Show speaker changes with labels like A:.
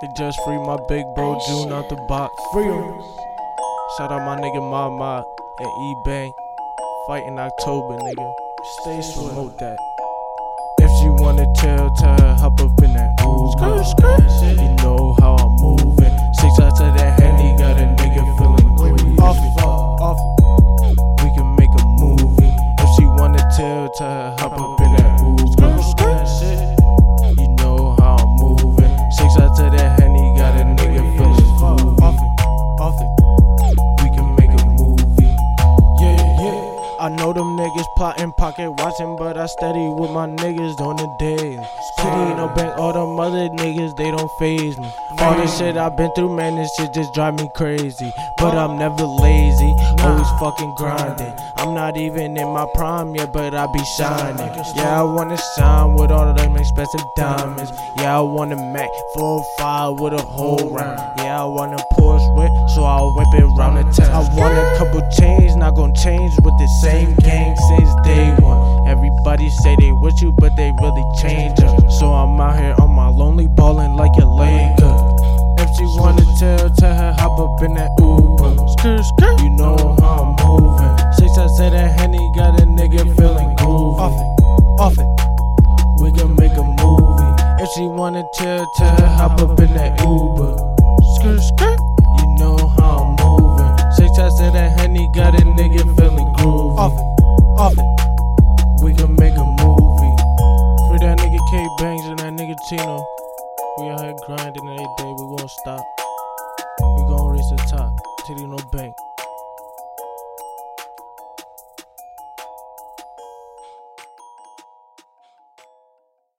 A: They just free my big bro June out the box.
B: Free 'em.
A: Shout out my nigga Mama and E Bank. Fight in October, nigga.
B: Stay swift.
A: Promote that. If she wanna chill, tell her hop up in that Uber. You know how I'm moving. Six shots of that handy, got a nigga feeling queasy.
B: Off it, off it.
A: We can make a movie. If she wanna tell, tell her hop up in that Uber. You know how I'm moving. Six shots of that handy, got a nigga feeling
B: Off
A: queasy.
B: it, off it.
A: We can make a movie.
B: Yeah, yeah.
A: I know them niggas plotting, pocket watching, but I steady with my niggas on the day. Kitty, no bank, all them other niggas, they don't phase me. All this shit I've been through, man, this shit just drive me crazy. But I'm never lazy, always fucking grinding. I'm not even in my prime yet, but I be shining. Yeah, I wanna shine with all of them expensive diamonds. Yeah, I wanna Mac 4-5 with a whole round. Yeah, I wanna Porsche whip, so I'll whip it round the town. I want a couple chains, not gon' change with the same gang since day one. Everybody say they with you, but they really change up. So I'm out here on my lonely ballin' like a Laker. If she wanna tell, tell her hop up in that Uber. You know how I'm moving. Six I said that Henny got a nigga feeling groovy.
B: Off it, off it.
A: We can make a movie. If she wanna chill, tell her hop up in that Uber. Skirt, skirt. You know how I'm moving. Six shots of that honey got a nigga feeling groovy.
B: Off it, off it.
A: We can make a movie. Free that nigga K Bangs and that nigga Tino. We out here grinding every day. We won't stop. We gon' reach the top. Titty no bank.